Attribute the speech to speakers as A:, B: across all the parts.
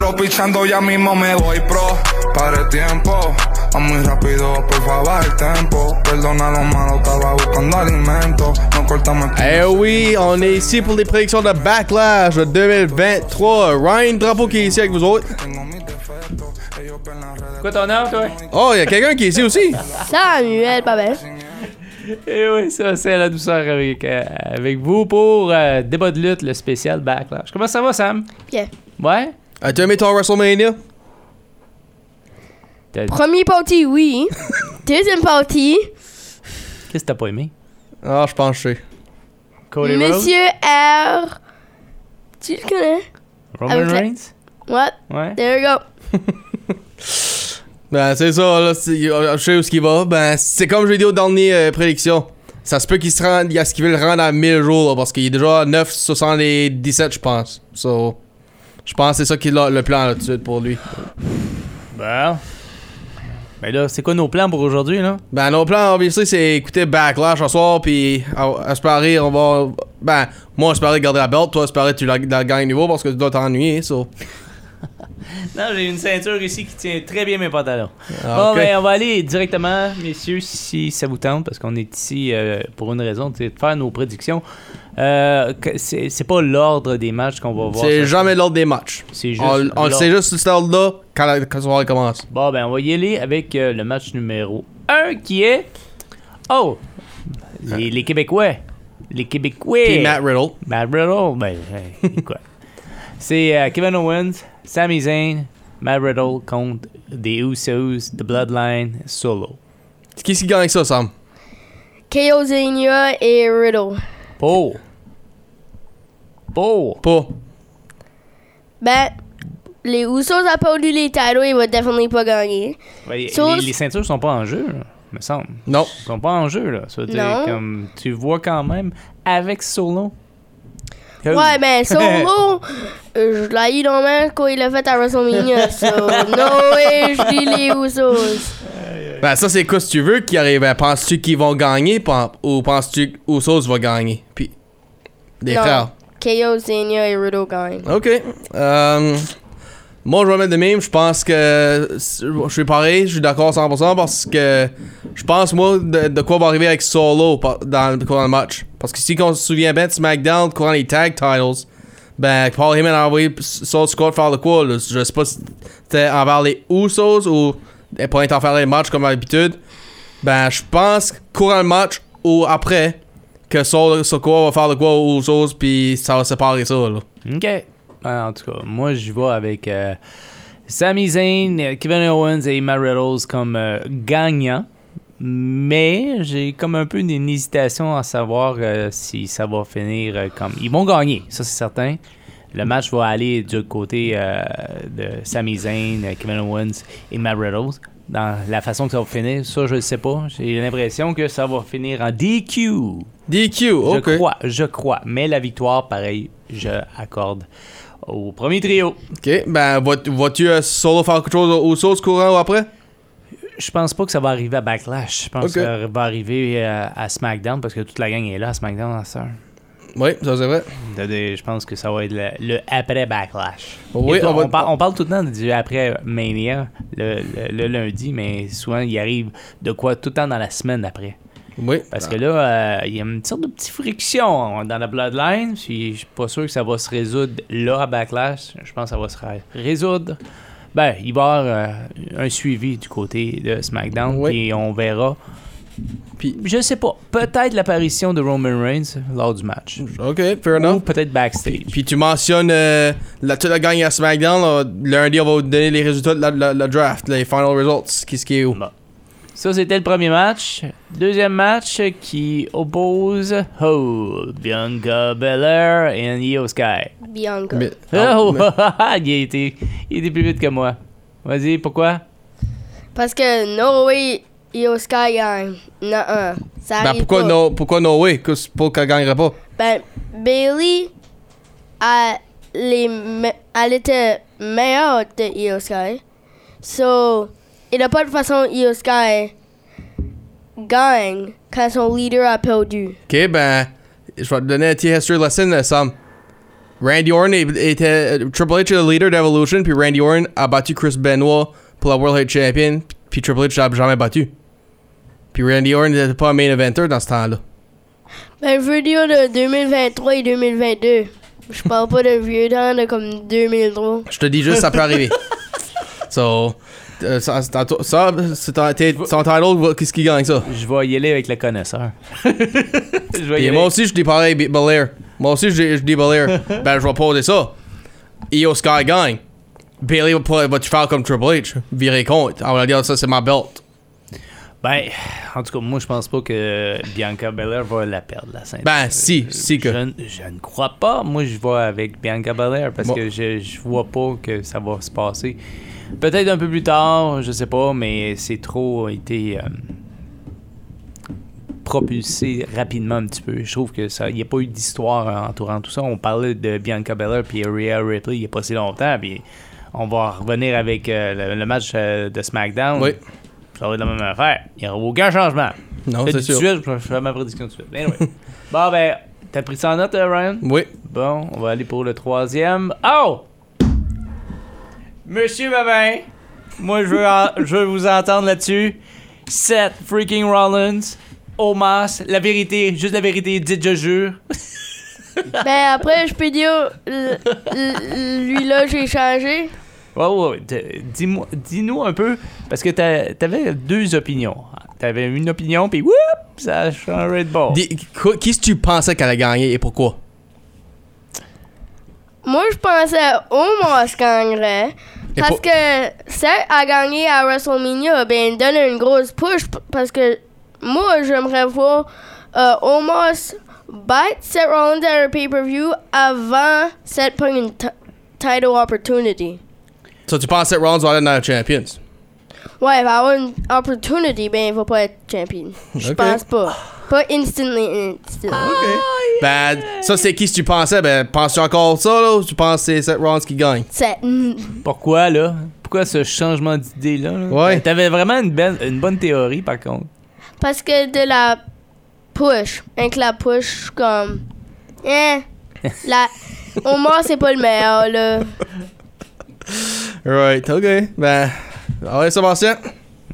A: Sigo pichando, ya mismo me voy pro. Pare tiempo, va muy rápido, por favor, el tiempo. Perdona lo malo, estaba buscando alimento. No cortamos el
B: Eh oui, on est ici pour les prédictions de Backlash de 2023. Ryan Drapeau qui est ici avec vous autres.
A: Tengo mis defectos, ellos ven las redes.
C: Quoi ton âme, toi?
B: Oh, il y a quelqu'un qui est ici aussi.
D: Samuel Babel.
C: Eh oui, ça, c'est la douceur avec, euh, avec vous pour euh, Débat de lutte, le spécial Backlash. Comment ça va, Sam?
D: Bien.
C: Ouais?
B: As-tu aimé ton WrestleMania?
C: T'as-
D: Premier party, oui. Deuxième party,
C: Qu'est-ce que t'as pas aimé?
B: Ah, je pense que je sais.
C: Cody Rhodes?
D: Monsieur R. Tu le connais?
C: Roman
D: avec la-
C: Reigns?
D: What?
C: Ouais.
D: There you go.
B: Ben, c'est ça, là. c'est- euh, Je sais où ce qu'il va. Ben, c'est comme je l'ai dit aux dernières euh, prédictions. Ça se peut qu'il se rende, à ce qu'il veut le rendre à 1000 jours, là, parce qu'il est déjà à 977, je pense. So, je pense que c'est ça qui est là- le plan là, tout de suite pour lui.
C: Bon. Ben là, c'est quoi nos plans pour aujourd'hui, là?
B: Ben, nos plans, obviously, c'est écouter Backlash ce soir, puis à- espérer, on va. Ben, moi, espérer garder la belt, toi, espérer tu la, la gagnes niveau parce que tu dois t'ennuyer, so.
C: Non, j'ai une ceinture ici qui tient très bien mes pantalons.
B: Ah,
C: Bon,
B: ok.
C: ben, on va aller directement, messieurs, si ça vous tente, parce qu'on est ici euh, pour une raison, c'est de faire nos prédictions. Euh, que- c'est c'est pas l'ordre des matchs qu'on va voir.
B: C'est
C: ça.
B: jamais l'ordre des matchs.
C: C'est juste.
B: On, on le
C: l'ordre.
B: sait juste sur cet ordre-là quand la quand le soir commence.
C: Bon, ben, on va y aller avec euh, le match numéro 1 qui est. Oh! Les, les Québécois. Les Québécois.
B: Puis Matt Riddle.
C: Matt Riddle, ben, hey, quoi. C'est euh, Kevin Owens, Sami Zayn, Matt Riddle contre The Usos, The Bloodline, Solo.
B: Qu'est-ce qui gagne ça, Sam?
D: KO Zania et Riddle.
C: Pour. Pour.
B: Pas.
D: Ben, les Usos a pas eu les titles, il va definitely pas gagner.
C: Ben, y-
D: Sauce.
C: les, les ceintures sont pas en jeu, là, me semble.
B: Non.
C: Elles sont pas en jeu, là. Ça veut dire,
D: Non.
C: comme, tu vois quand même avec Solo. que-
D: Ouais, ben, Solo, euh, je l'ai eu dans main quand il l'a fait à WrestleMania. so, no way, je dis les Usos.
B: Ben, ça, c'est quoi si tu veux qui arrive? Ben, penses-tu qu'ils vont gagner pen- ou penses-tu que Usos va gagner? Puis. Des
D: Non.
B: frères.
D: KO Zania et Riddle gagnent.
B: Ok. Euh, moi, je vais mettre de même. Je pense que je suis pareil. Je suis d'accord 100% parce que je pense, moi, de, de quoi va arriver avec Solo par- dans, dans le match. Parce que si on se souvient bien de SmackDown, courant les tag titles, ben, Paul Heyman a envoyé Soul Squad faire le quoi. là. Je sais pas si c'était envers les Usos ou pour en faire les matchs comme à l'habitude. Ben, je pense, courant le match ou après, que Soul Squad va faire le quoi aux Usos, puis ça va séparer ça, là.
C: OK. Ah, en tout cas, moi, je vais avec euh, Sami Zayn, euh, Kevin Owens et Matt Riddle comme euh, gagnants. Mais j'ai comme un peu une, une hésitation à savoir euh, si ça va finir euh, comme... Ils vont gagner, ça c'est certain. Le match va aller du côté euh, de Sami Zayn, euh, Kevin Owens et Matt Riddle. Dans la façon que ça va finir, ça je ne sais pas. J'ai l'impression que ça va finir en DQ.
B: DQ, ok.
C: Je crois, je crois. Mais la victoire, pareil, je accorde au premier trio.
B: Ok, ben vas- vas-tu euh, solo faire quelque chose aux sauces courant ou après?
C: Je pense pas que ça va arriver à Backlash. Je pense
B: Ok.
C: que ça va arriver euh, à SmackDown parce que toute la gang est là à SmackDown en ce moment.
B: Oui, ça c'est vrai.
C: De- de- Je pense que ça va être le, le après Backlash.
B: Oui,
C: Et toi,
B: on
C: on,
B: va-
C: par- on parle tout le temps du après Mania le, le- le lundi, mais souvent il arrive de quoi tout le temps dans la semaine après.
B: Oui.
C: Parce que là, euh, il y a une sorte de petite friction dans la Bloodline. Puis je suis pas sûr que ça va se résoudre là à Backlash. Je pense que ça va se ré- résoudre. Ben, il va y avoir euh, un suivi du côté de SmackDown.
B: Oui.
C: Et on verra.
B: Puis-
C: je sais pas. Peut-être l'apparition de Roman Reigns lors du match.
B: Ok, fair
C: Ou
B: enough.
C: peut-être backstage.
B: Puis tu mentionnes euh, la, toute la gang à SmackDown, là, lundi on va vous donner les résultats de la, la- la draft, les final results, qu'est-ce qui est où.
C: Bon. Ça, c'était le premier match. Deuxième match qui oppose oh, Bianca Belair et Io Sky.
D: Bianca.
B: Mais- ah,
C: Oh,
B: mais-
C: il, a été, il était plus vite que moi. Vas-y, pourquoi?
D: Parce que no way, Io Sky gagne. Non, non. Ça
B: ben
D: arrive
B: pourquoi
D: pas.
B: no, pourquoi no way? Que c'est Pour qu'elle gagnerait pas.
D: Ben, Bailey, elle, les me- elle était meilleure que Io Sky. So, il n'y a pas de façon Io Sky gagne quand son leader a perdu.
B: Ok, ben je vais te donner un petit history lesson, euh, Sam. Randy Orton était Triple H est le leader d'Evolution, puis Randy Orton a battu Chris Benoit pour la World Heavyweight Champion, puis Triple H l'a jamais battu. Puis Randy Orton n'était pas un main eventer dans ce temps-là.
D: Ben, je veux dire de 2023 et 2022. Je parle pas de vieux temps de comme 2003.
B: Je te dis juste, ça peut arriver. So, euh, ça, c'est à toi- ça, c'est ton, t'es- son title, va- qu'est-ce qui gagne ça?
C: Je vais y aller avec le connaisseur. je vais y
B: Puis
C: aller.
B: moi aussi, je dis pareil, Be- Belair. Moi aussi, je, je dis Belair. ben, je vais poser ça. Io Sky gagne. Bailey va, pas- va te faire comme Triple H, virer contre. Ah, On va dire, ça, c'est ma belt.
C: Ben, en tout cas, moi, je pense pas que Bianca Belair va la perdre, la ceinture.
B: Ben, si, si que.
C: Euh, Je, ne- je ne crois pas. Moi, je vais avec Bianca Belair parce
B: Bon.
C: que je, je vois pas que ça va se passer. Peut-être un peu plus tard, je sais pas, mais c'est trop été euh, propulsé rapidement un petit peu. Je trouve que ça, il n'y a pas eu d'histoire entourant tout ça. On parlait de Bianca Belair puis Rhea Ripley il n'y a pas si longtemps, puis on va revenir avec euh, le, le match euh, de SmackDown.
B: Oui.
C: Ça va être la même affaire. Il n'y aura aucun changement.
B: Non,
C: Faites
B: Oh, c'est sûr.
C: tout de suite, je vais faire ma prédiction tout de suite. Mais anyway. bon, ben, t'as pris ça en note, euh, Ryan?
B: Oui.
C: Bon, on va aller pour le troisième. Oh! Monsieur Babin, moi, je veux, en- je veux vous entendre là-dessus. Seth freaking Rollins, Omas, la vérité, juste la vérité, dites je jure.
D: ben, après, je peux dire. l- l- Lui-là, j'ai changé.
C: Ouais, ouais, ouais. D- Dis-moi, dis-nous un peu, parce que t'as- t'avais deux opinions. T'avais une opinion, puis whoop, ça a changé de bord.
B: Dis- quoi- Qui est-ce que tu pensais qu'elle a gagné et pourquoi?
D: Moi, je pensais Omos gagnerait.
B: Et
D: Parce
B: pour-
D: que Seth a gagné à WrestleMania, ben, il donne une grosse push. p- Parce que moi, j'aimerais voir euh, Omos battre Seth Rollins à un pay-per-view avant Seth prenne une t- title opportunity.
B: So, tu pensais que Rollins va aller dans les Champions?
D: Ouais, il va avoir une opportunity, ben, il va pas être champion. Je
B: Ok.
D: pense pas. Pas instantly, instantly.
B: Ben, ça, c'est qui si tu pensais? Ben, penses-tu encore ça, là? Ou tu penses que c'est Seth Rollins qui gagne?
D: Seth.
C: Pourquoi, là? Pourquoi ce changement d'idée-là? là? Ben,
B: Ouais.
C: T'avais vraiment une, belle- une bonne théorie, par contre.
D: Parce que de la push, avec la push, comme. Eh. La... Au moins, c'est pas le meilleur, là.
B: Right, ok. Ben, ouais, Sébastien?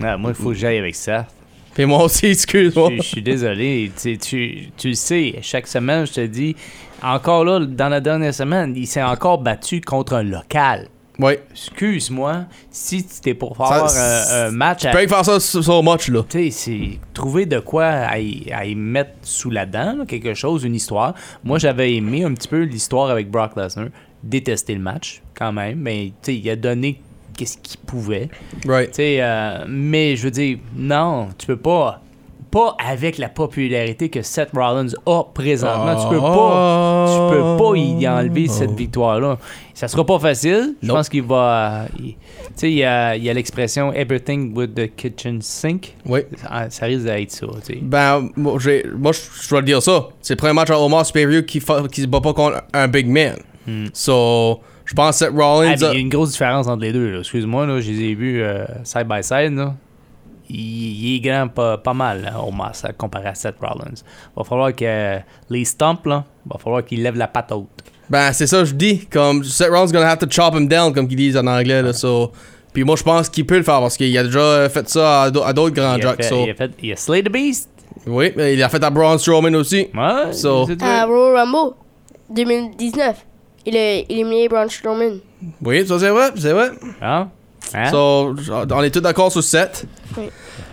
C: Ah, moi, il faut que j'aille avec ça.
B: Puis moi aussi, excuse-moi.
C: Je, je suis désolé. Tu, sais, tu, tu le sais, chaque semaine, je te dis, encore là, dans la dernière semaine, il s'est encore battu contre un local.
B: Ouais.
C: Excuse-moi, si tu t'es pour faire
B: Ça-
C: un, un match à-
B: Tu peux faire ça sur sur le match, là.
C: Tu sais, c'est trouver de quoi à y, à y mettre sous la dent, là, quelque chose, une histoire. Moi, j'avais aimé un petit peu l'histoire avec Brock Lesnar. Détesté le match, quand même, mais tu sais, il a donné qu'est-ce qu'il pouvait.
B: Right.
C: Tu sais, euh, mais je veux dire, non, tu peux pas. Pas avec la popularité que Seth Rollins a présentement. Tu peux pas. Tu peux pas y enlever cette victoire-là. Ça sera pas facile. Je
B: Nope.
C: pense qu'il va. il- tu sais, il y a, il y a l'expression everything with the kitchen sink.
B: Oui.
C: Ça, ça risque d'être ça, tu sais.
B: Ben, moi, j'ai- moi, je je dois le dire ça. C'est le premier match à Omar Superior qui, fa- qui se bat pas contre un big man.
C: Hmm.
B: So, je pense que Seth
C: Ah,
B: Rollins.
C: mais
B: a-
C: il y a une grosse différence entre les deux. là. Excuse-moi, là, je les ai vus euh, side by side. là. Il, il est grand pas, pas mal hein, au masse comparé à Seth Rollins. Va falloir que euh, les stomps, là, va falloir qu'il lève la patte haute.
B: Ben, c'est ça, que je dis. Comme, Seth Rollins gonna have to chop him down, comme qu'ils disent en anglais, là. So, puis moi, je pense qu'il peut le faire parce qu'il a déjà euh, fait ça à, d'au- à d'autres grands
C: Il a,
B: jacks.
C: fait,
B: so.
C: il, a fait, il a slay the beast.
B: Oui, mais il a fait à Braun Strowman aussi.
C: Ouais,
B: So-
C: c'est tout.
D: À Royal Rumble 2019. Il a éliminé Braun Strowman.
B: Oui, ça c'est vrai, c'est vrai.
C: Hein? Hmm. Hein?
B: So, j- on est tous d'accord sur 7.
C: Hein?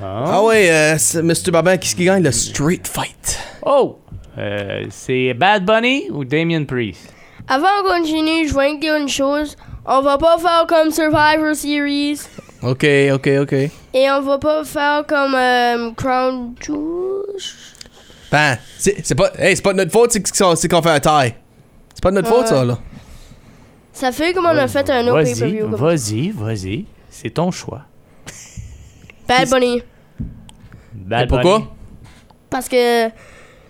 B: Ah ouais, euh, c'est- Mr. Babin, qu'est-ce qui gagne le Street Fight?
C: Oh! Euh, c'est Bad Bunny ou Damien Priest?
D: Avant qu'on continue, je vais dire une chose. On va pas faire comme Survivor Series.
B: Ok, ok, ok.
D: Et on va pas faire comme euh, Crown Jewel.
B: Ben, c'est c'est pas, hey, c'est pas de notre faute c'est qu'on c'est qu'on fait un tie. C'est pas de notre faute, ça,
C: Euh,
B: là.
D: Ça fait comme on a fait un autre
C: Vas-y,
D: pay-per-view. comme-
C: vas-y, vas-y. C'est ton choix.
D: Bad Bunny.
C: Bad
B: Et pourquoi?
C: Bunny.
D: Parce que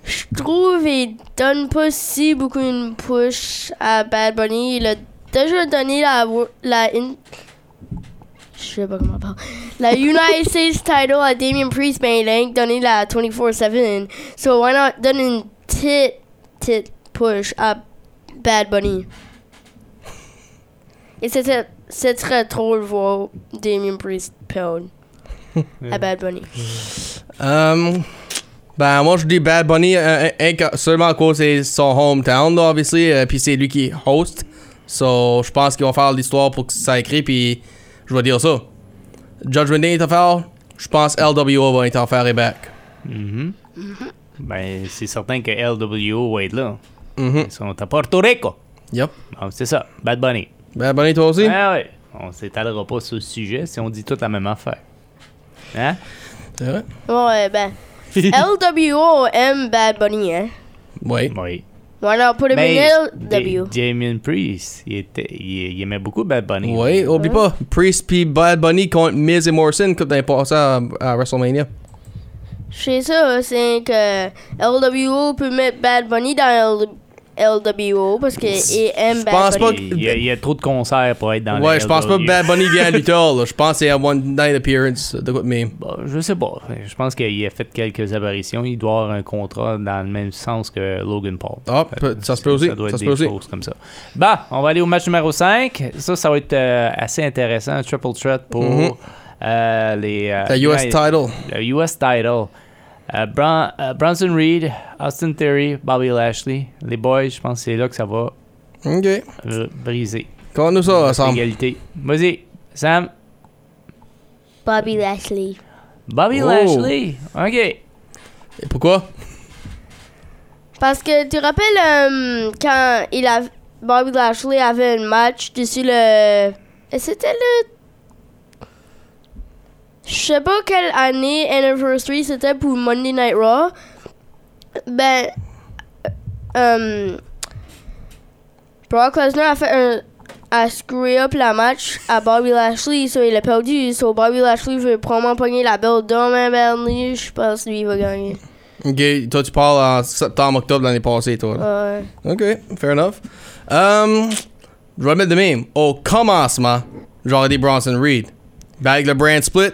D: je trouve il donne pas si beaucoup une push à Bad Bunny. Il a déjà donné la. wo- la in- je sais pas comment on parle. La United States title à Damien Priest, mais il a donné la 24-7. So why not donner une petite, petite push à Bad Bunny. Et c'était, c'est très drôle de voir Damien Priest perdre à Bad Bunny.
B: Euh, ben, moi, je dis Bad Bunny euh, un- un- seulement à cause de son hometown, là, obviously, euh, puis c'est lui qui host. So, je pense qu'ils vont faire l'histoire pour que ça écrit, puis je vais dire ça. Judgment Day est offert, je pense LWO va être offert et back.
C: Mhm. Ben, c'est certain que LWO va être là.
B: Mhm.
C: Ils sont à Porto Rico.
B: Yep.
C: Donc, c'est ça. Bad Bunny.
B: Bad Bunny, toi aussi?
C: Ah ouais. On s'étalera pas sur le sujet si on dit toute la même affaire. Hein?
B: C'est vrai?
D: Ouais, ben. LWO aime Bad Bunny, hein.
B: Oui.
C: Oui.
D: Why not put him
C: Mais
D: in LW?
C: Ja- Damien Priest, il, était, il, il aimait beaucoup Bad Bunny.
B: Oui, oh, oublie pas, Priest puis Bad Bunny contre Miz et Morrison, comme t'as passé à, à WrestleMania.
D: C'est ça, c'est que LWO peut mettre Bad Bunny dans LWO parce qu'il aime
B: je
D: Bad
B: pense
D: Bunny.
B: pas
C: Il, il y a, il y a trop de concerts pour être dans le
B: ouais, je pense pas que
C: LWO.
B: Bad Bunny vient à lutteur, là. Je pense que c'est un One Night Appearance, de quoi de même.
C: Bon, je sais pas. Je pense qu'il a fait quelques apparitions. Il doit avoir un contrat dans le même sens que Logan Paul.
B: Ah, peut- ça se peut aussi,
C: Ça doit
B: ça
C: être
B: se
C: des
B: peut aussi.
C: choses comme ça. Bah, on va aller au match numéro 5. Ça, ça va être euh, assez intéressant. Triple threat pour
B: Mhm.
C: euh, les. euh,
B: The US
C: United-
B: title.
C: Le US title. Euh, Bron- euh, Bronson Reed, Austin Theory, Bobby Lashley. Les boys, je pense que c'est là que ça va
B: Ok.
C: euh, briser.
B: Comment nous ça,
C: L'égalité.
B: ensemble?
C: Vas-y, Sam.
D: Bobby Lashley.
C: Bobby
B: Oh.
C: Lashley. OK.
B: Et pourquoi?
D: Parce que tu te rappelles euh, quand il a, Bobby Lashley avait un match dessus le. et C'était le. Je sais pas quelle année anniversary c'était pour Monday Night Raw. Ben. euh, Brock Lesnar a fait un. a screwé up la match à Bobby Lashley, so il a perdu. So Bobby Lashley veut probablement pogner la belle demain, Burnley. Je pense que lui il va gagner.
B: Ok, toi tu parles en septembre, octobre l'année passée, toi. là.
D: Ouais.
B: Ok, fair enough. Um, je vais le mettre de même. Au commencement, j'aurais dit Bronson Reed. Ben, avec le brand split,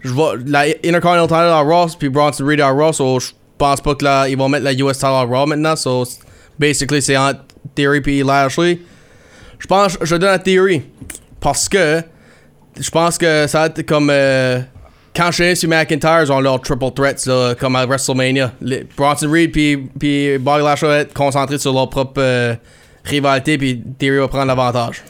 B: je vois la Intercontinental title à Ross, puis Bronson Reed à Ross, so je pense pas que là, ils vont mettre la US title à Raw maintenant, so c- basically c'est entre Theory puis Lashley. Je pense, je donne à Theory, parce que je pense que ça va être comme euh, quand Sheamus et McIntyre ils ont leurs triple threats là, comme à WrestleMania. Les- Bronson Reed puis puis Bobby Lashley vont être concentrés sur leur propre euh, rivalité puis Theory va prendre l'avantage.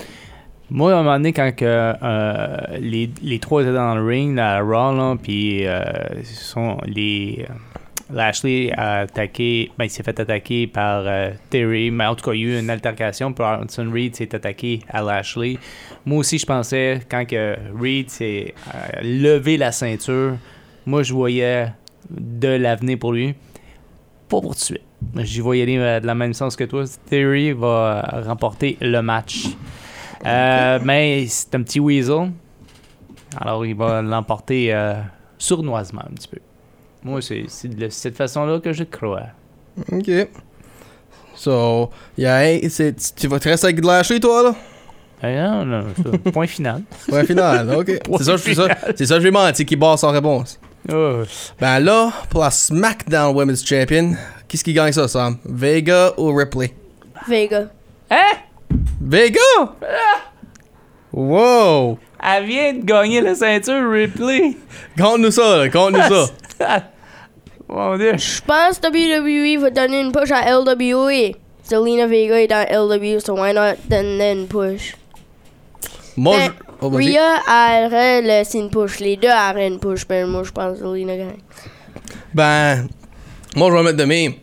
C: Moi, à un moment donné, quand que, euh, les, les trois étaient dans le ring, la Raw, là, puis euh, ce sont les. euh, Lashley a attaqué, ben, il s'est fait attaquer par euh, Terry, mais en tout cas, il y a eu une altercation. Puis Arnson Reed s'est attaqué à Lashley. Moi aussi, je pensais, quand que Reed s'est euh, levé la ceinture, moi, je voyais de l'avenir pour lui. Pas pour tout de suite. J'y voyais aller euh, de la même sens que toi. Terry va euh, remporter le match. Euh, mais c'est un petit weasel. Alors, il va l'emporter euh, sournoisement un petit peu. Moi, c'est c'est de cette façon-là que je crois.
B: Ok. So, yeah, c'est- tu vas te rester avec Lashley toi là?
C: Eh, non, non, ça, point final.
B: Point final, ok.
C: Point
B: c'est ça, c'est ça,
C: final.
B: c'est ça que j'ai menti qui barre sans réponse.
C: Oh,
B: Ben là, pour la SmackDown Women's Champion, qu'est-ce qui gagne ça, Sam? Vega ou Ripley?
D: Vega.
C: Hein?
B: Vega! Wow!
C: Elle vient de gagner la ceinture Ripley.
B: Conte-nous ça, là, conte-nous ça.
C: Mon Dieu.
D: Je pense que WWE va donner une push à LWE. Zelina Vega est dans LWE, so why not donner une push?
B: Moi,
D: Ben,
B: je- oh, vas-y.
D: Rhea aurait laissé une push. Les deux auraient une push, mais moi je pense que Zelina gagne.
B: Ben, moi, je vais mettre de même.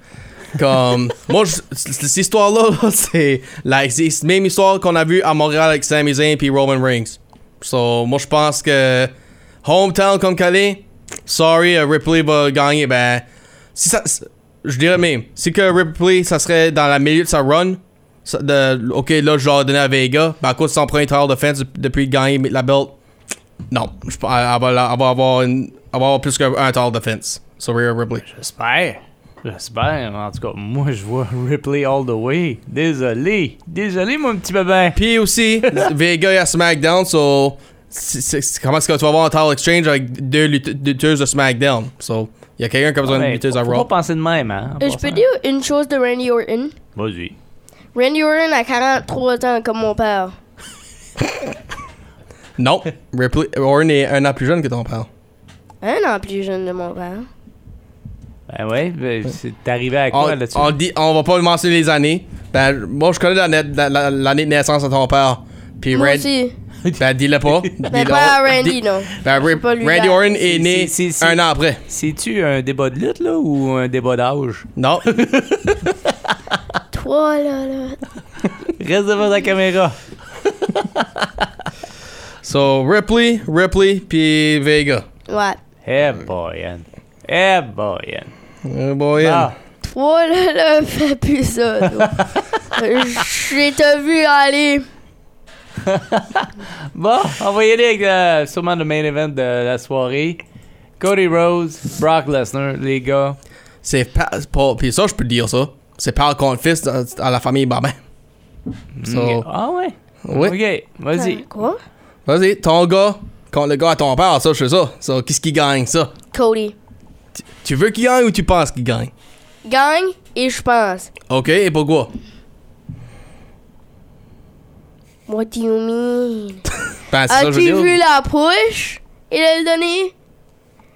B: Comme, moi, je- c- c- cette histoire-là, là, c'est la c'est la même histoire qu'on a vue à Montréal avec Sami Zayn puis Roman Reigns. So, moi, je pense que hometown comme qu'elle est, sorry, euh, Ripley va gagner. Ben, si ça, c- je dirais même, si que Ripley, ça serait dans la milieu de sa run, ça- de, ok, là, je l'aurais donné à Vega, ben, à cause de son premier trial de fence depuis gagner la belt, non, je, elle, elle va, la- elle va avoir une- elle va avoir plus qu'un tall defense. So Rhea Ripley.
C: J'espère. J'espère. En tout cas, moi, je vois Ripley all the way. Désolé. Désolé, mon petit bébé.
B: Puis aussi, Vega est à SmackDown, so c'est- c'est- c'est- comment est-ce que tu vas avoir un tall exchange avec deux lutte- lutteuses de SmackDown? So, il y a
C: Ben,
B: quelqu'un qui a besoin d'une
C: Ouais,
B: lutteuse à
C: faut
D: Euh,
B: Raw.
C: pas penser de même, hein. en
D: Et je
C: passant.
D: peux dire une chose de Randy Orton.
C: Vas-y.
D: Randy Orton a 43 ans comme mon père.
B: Non. Ripley, Orton est un an plus jeune que ton père.
D: Un an plus jeune de mon père.
C: Ben ouais, ben, c'est t'es arrivé à
B: On,
C: quoi là-dessus?
B: on dit, on va pas mentionner les années. Ben, moi, je connais la na- la- la- l'année de naissance de ton père. Puis
D: Moi
B: Rand-
D: aussi.
B: Ben, dis-le pas. Dis-le-
D: Mais pas à
B: dis-
D: Randy, non.
B: Ben, Rip-
D: pas lui
B: Randy
D: la-
B: Orton est né
C: c'est- c'est-
B: un an après.
C: C'est-tu un débat de lutte, là, ou un débat d'âge?
B: Non.
D: Toi, là, là.
C: Reste devant la caméra.
B: so, Ripley, Ripley, puis Vega.
D: Ouais.
C: Eh boy, Anne. Eh boy, Anne.
B: Oh boy,
C: Ah,
D: Toi, là, là, fais plus ça. toi. J'ai t'as vu aller.
C: bon, on va y aller avec euh, sûrement le main event de la soirée. Cody Rhodes, Brock Lesnar, les gars.
B: C'est pas, pas- Puis ça, je peux te dire ça. C'est père contre fils dans- à uh, la famille Babin. So,
C: Ok. Ah ouais?
B: Oui.
C: Ok, vas-y.
D: Quoi?
B: Vas-y, ton gars contre le gars à ton père, ça, je sais ça. So, qu'est-ce qui gagne, ça?
D: Cody.
B: Tu veux qu'il gagne ou tu penses qu'il gagne?
D: Gagne et je pense.
B: OK, et pourquoi?
D: What do you mean?
B: Ben, c'est ça, que je
D: As-tu
B: veux
D: vu
B: dire.
D: la push? Il a donné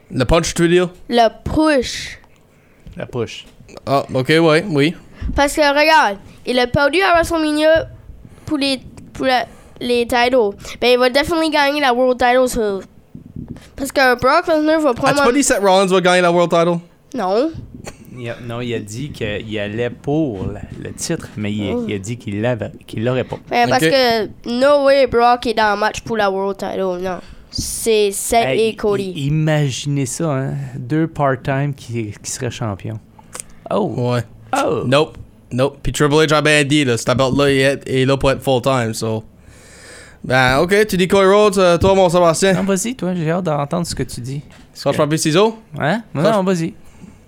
B: Le punch, tu veux dire?
D: le push.
C: La push.
B: Ah, OK, ouais, oui.
D: Parce que regarde, il a perdu à WrestleMania pour les, pour la- les titles. Ben, il va définitivement gagner la World Title. so- Parce que Brock Lesnar va
B: As-tu
D: prendre.
B: pas dit Seth Rollins va gagner la World Title?
D: Non.
C: Il a- non, il a dit qu'il allait pour le, le titre, mais il,
D: Oh.
C: il a dit qu'il l'avait, qu'il l'aurait pas.
D: Ben, Parce
B: Ok.
D: que no way Brock est dans le match pour la World Title. Non. C'est Seth
C: Hey,
D: et Cody.
C: i- Imaginez ça, hein? Deux part-time qui, qui seraient champions. Oh!
B: Ouais.
C: Oh!
B: Nope. Nope. Puis Triple H a bien dit, là, cette belt-là il est, il est là pour être full-time, so... Ben, OK, tu dis Cody Rhodes, euh, toi, mon
C: Non,
B: Sébastien.
C: vas-y, toi, j'ai hâte d'entendre ce que tu dis.
B: Scotch Papier Ciseaux?
C: Hein? Non,
B: Franchement-
C: non, vas-y.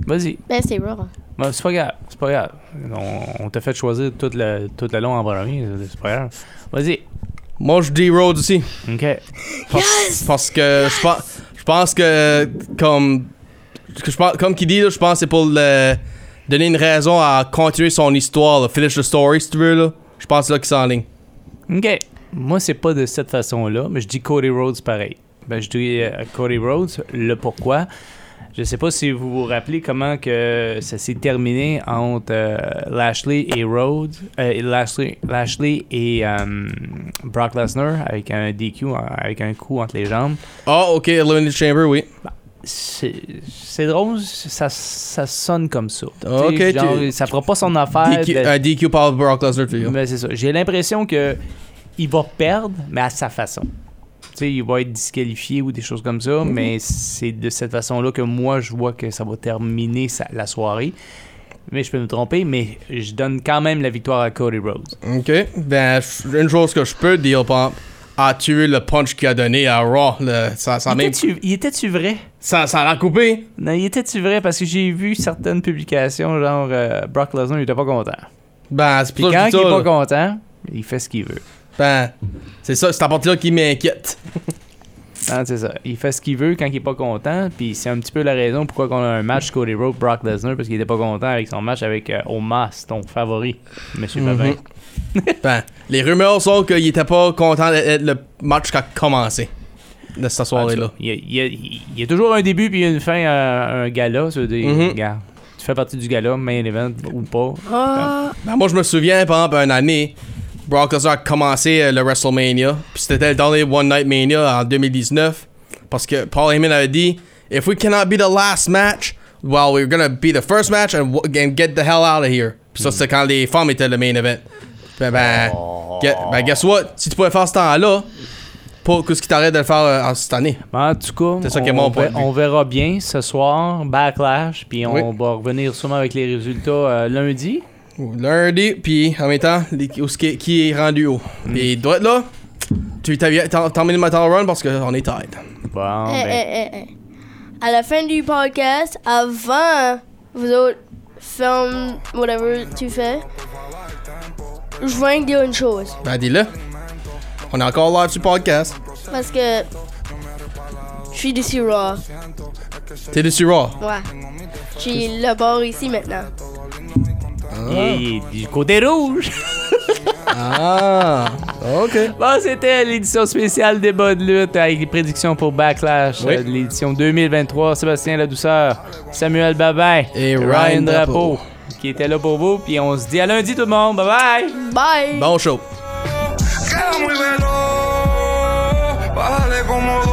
C: Vas-y.
D: Ben, c'est Brock.
C: Bon, c'est pas grave, c'est pas grave. On, on t'a fait choisir tout le, tout le long en premier, c'est pas grave. Vas-y.
B: Moi, je dis Rhodes aussi.
C: OK.
B: Parce, parce que je pense, je pense que comme que je pense- comme qu'il dit là, je pense que c'est pour le- donner une raison à continuer son histoire, là, finish the story si tu veux là. Je pense que c'est là qu'il s'enligne.
C: OK. Moi, c'est pas de cette façon-là, mais je dis Cody Rhodes pareil. Ben, je dis euh, Cody Rhodes, le pourquoi. Je sais pas si vous vous rappelez comment que ça s'est terminé entre euh, Lashley et Rhodes, euh, et Lashley, Lashley et euh, Brock Lesnar avec un DQ, euh, avec un coup entre les jambes.
B: Ah ok, Eliminate Chamber, oui.
C: C'est c'est drôle, ça, ça sonne comme ça.
B: Ok,
C: Tu sais, genre,
B: tu-
C: ça fera pas son affaire.
B: DQ,
C: de-
B: un DQ par Brock Lesnar, tu Ah, veux dire.
C: mais c'est ça. J'ai l'impression que il va perdre, mais à sa façon. Tu sais, il va être disqualifié ou des choses comme ça,
B: Mhm.
C: mais c'est de cette façon-là que moi, je vois que ça va terminer sa- la soirée. Mais je peux me tromper, mais je donne quand même la victoire à Cody Rhodes.
B: Ok, ben je- une chose que je peux dire, par exemple, a tué le punch qu'il a donné à Raw. le- ça, ça, a
C: Il
B: même,
C: était-tu- Il était-tu vrai?
B: ça, ça l'a coupé.
C: Non, il était-tu vrai? Parce que j'ai vu certaines publications, genre euh, Brock Lesnar, il était pas content.
B: Ben c'est
C: Puis
B: pour ça
C: quand
B: que je
C: il
B: dis
C: est
B: ça, là.
C: pas content, il fait ce qu'il veut.
B: Ben c'est ça, c'est cette partie là qui m'inquiète.
C: Hein, c'est ça. Il fait ce qu'il veut quand il est pas content. Puis c'est un petit peu la raison pourquoi on a un match Cody Rhodes Brock Lesnar parce qu'il était pas content avec son match avec euh, Omas, ton favori, Monsieur
B: Mhm.
C: Babin.
B: Ben, les rumeurs sont qu'il était pas content d'être le match qui a commencé de cette
C: En tout cas,
B: soirée-là.
C: Il y, a- il y a- il y a toujours un début puis une fin à un gala. Ça, veut dire,
B: Mhm.
C: regarde, tu fais partie du gala, main event ou pas.
D: Ah.
B: Ben, moi, je me souviens, par exemple, une année, Brock Lesnar a commencé euh, le WrestleMania, puis c'était dans les One Night Mania en 2019, parce que Paul Heyman avait dit « If we cannot be the last match, well, we're gonna be the first match and, w- and get the hell out of here. » Puis ça, c'est quand les femmes étaient le main event. Ben, ben, gue- ben, guess what? Si tu pouvais faire ce temps-là, pour qu'est-ce qui t'arrête de le faire euh, en- cette année?
C: Mais en tout cas,
B: C'est ça
C: on,
B: qui est mon
C: on
B: point de
C: ver-
B: vue.
C: on verra bien ce soir, backlash, puis on
B: Oui.
C: va revenir sûrement avec les résultats euh, lundi.
B: Lundi, puis en même temps, les- où ce qui, qui est rendu haut. Puis doit être là, tu t'avi- t'en- t'emmènes ma title run parce qu'on est tight.
C: Bon,
D: Eh,
C: ben,
D: eh, eh, eh. À la fin du podcast, avant vous autres, film, whatever tu fais, je viens te dire une chose.
B: Ben dis-le. On est encore live sur le podcast.
D: Parce que je suis d'ici Raw.
B: T'es dessus Raw.
D: Ouais. Je suis le bord ici maintenant.
C: il est du côté rouge.
B: Ah, ok.
C: Bon, c'était l'édition spéciale Débat de lutte avec les prédictions pour Backlash
B: Oui.
C: euh, de l'édition 2023. Sébastien Ladouceur, Samuel Babin
B: Et Ryan Drapeau.
C: qui était là pour vous. Puis on se dit à lundi tout le monde. Bye bye!
D: Bye.
B: Bon show.
A: Queda muy veloz, bájale como dos.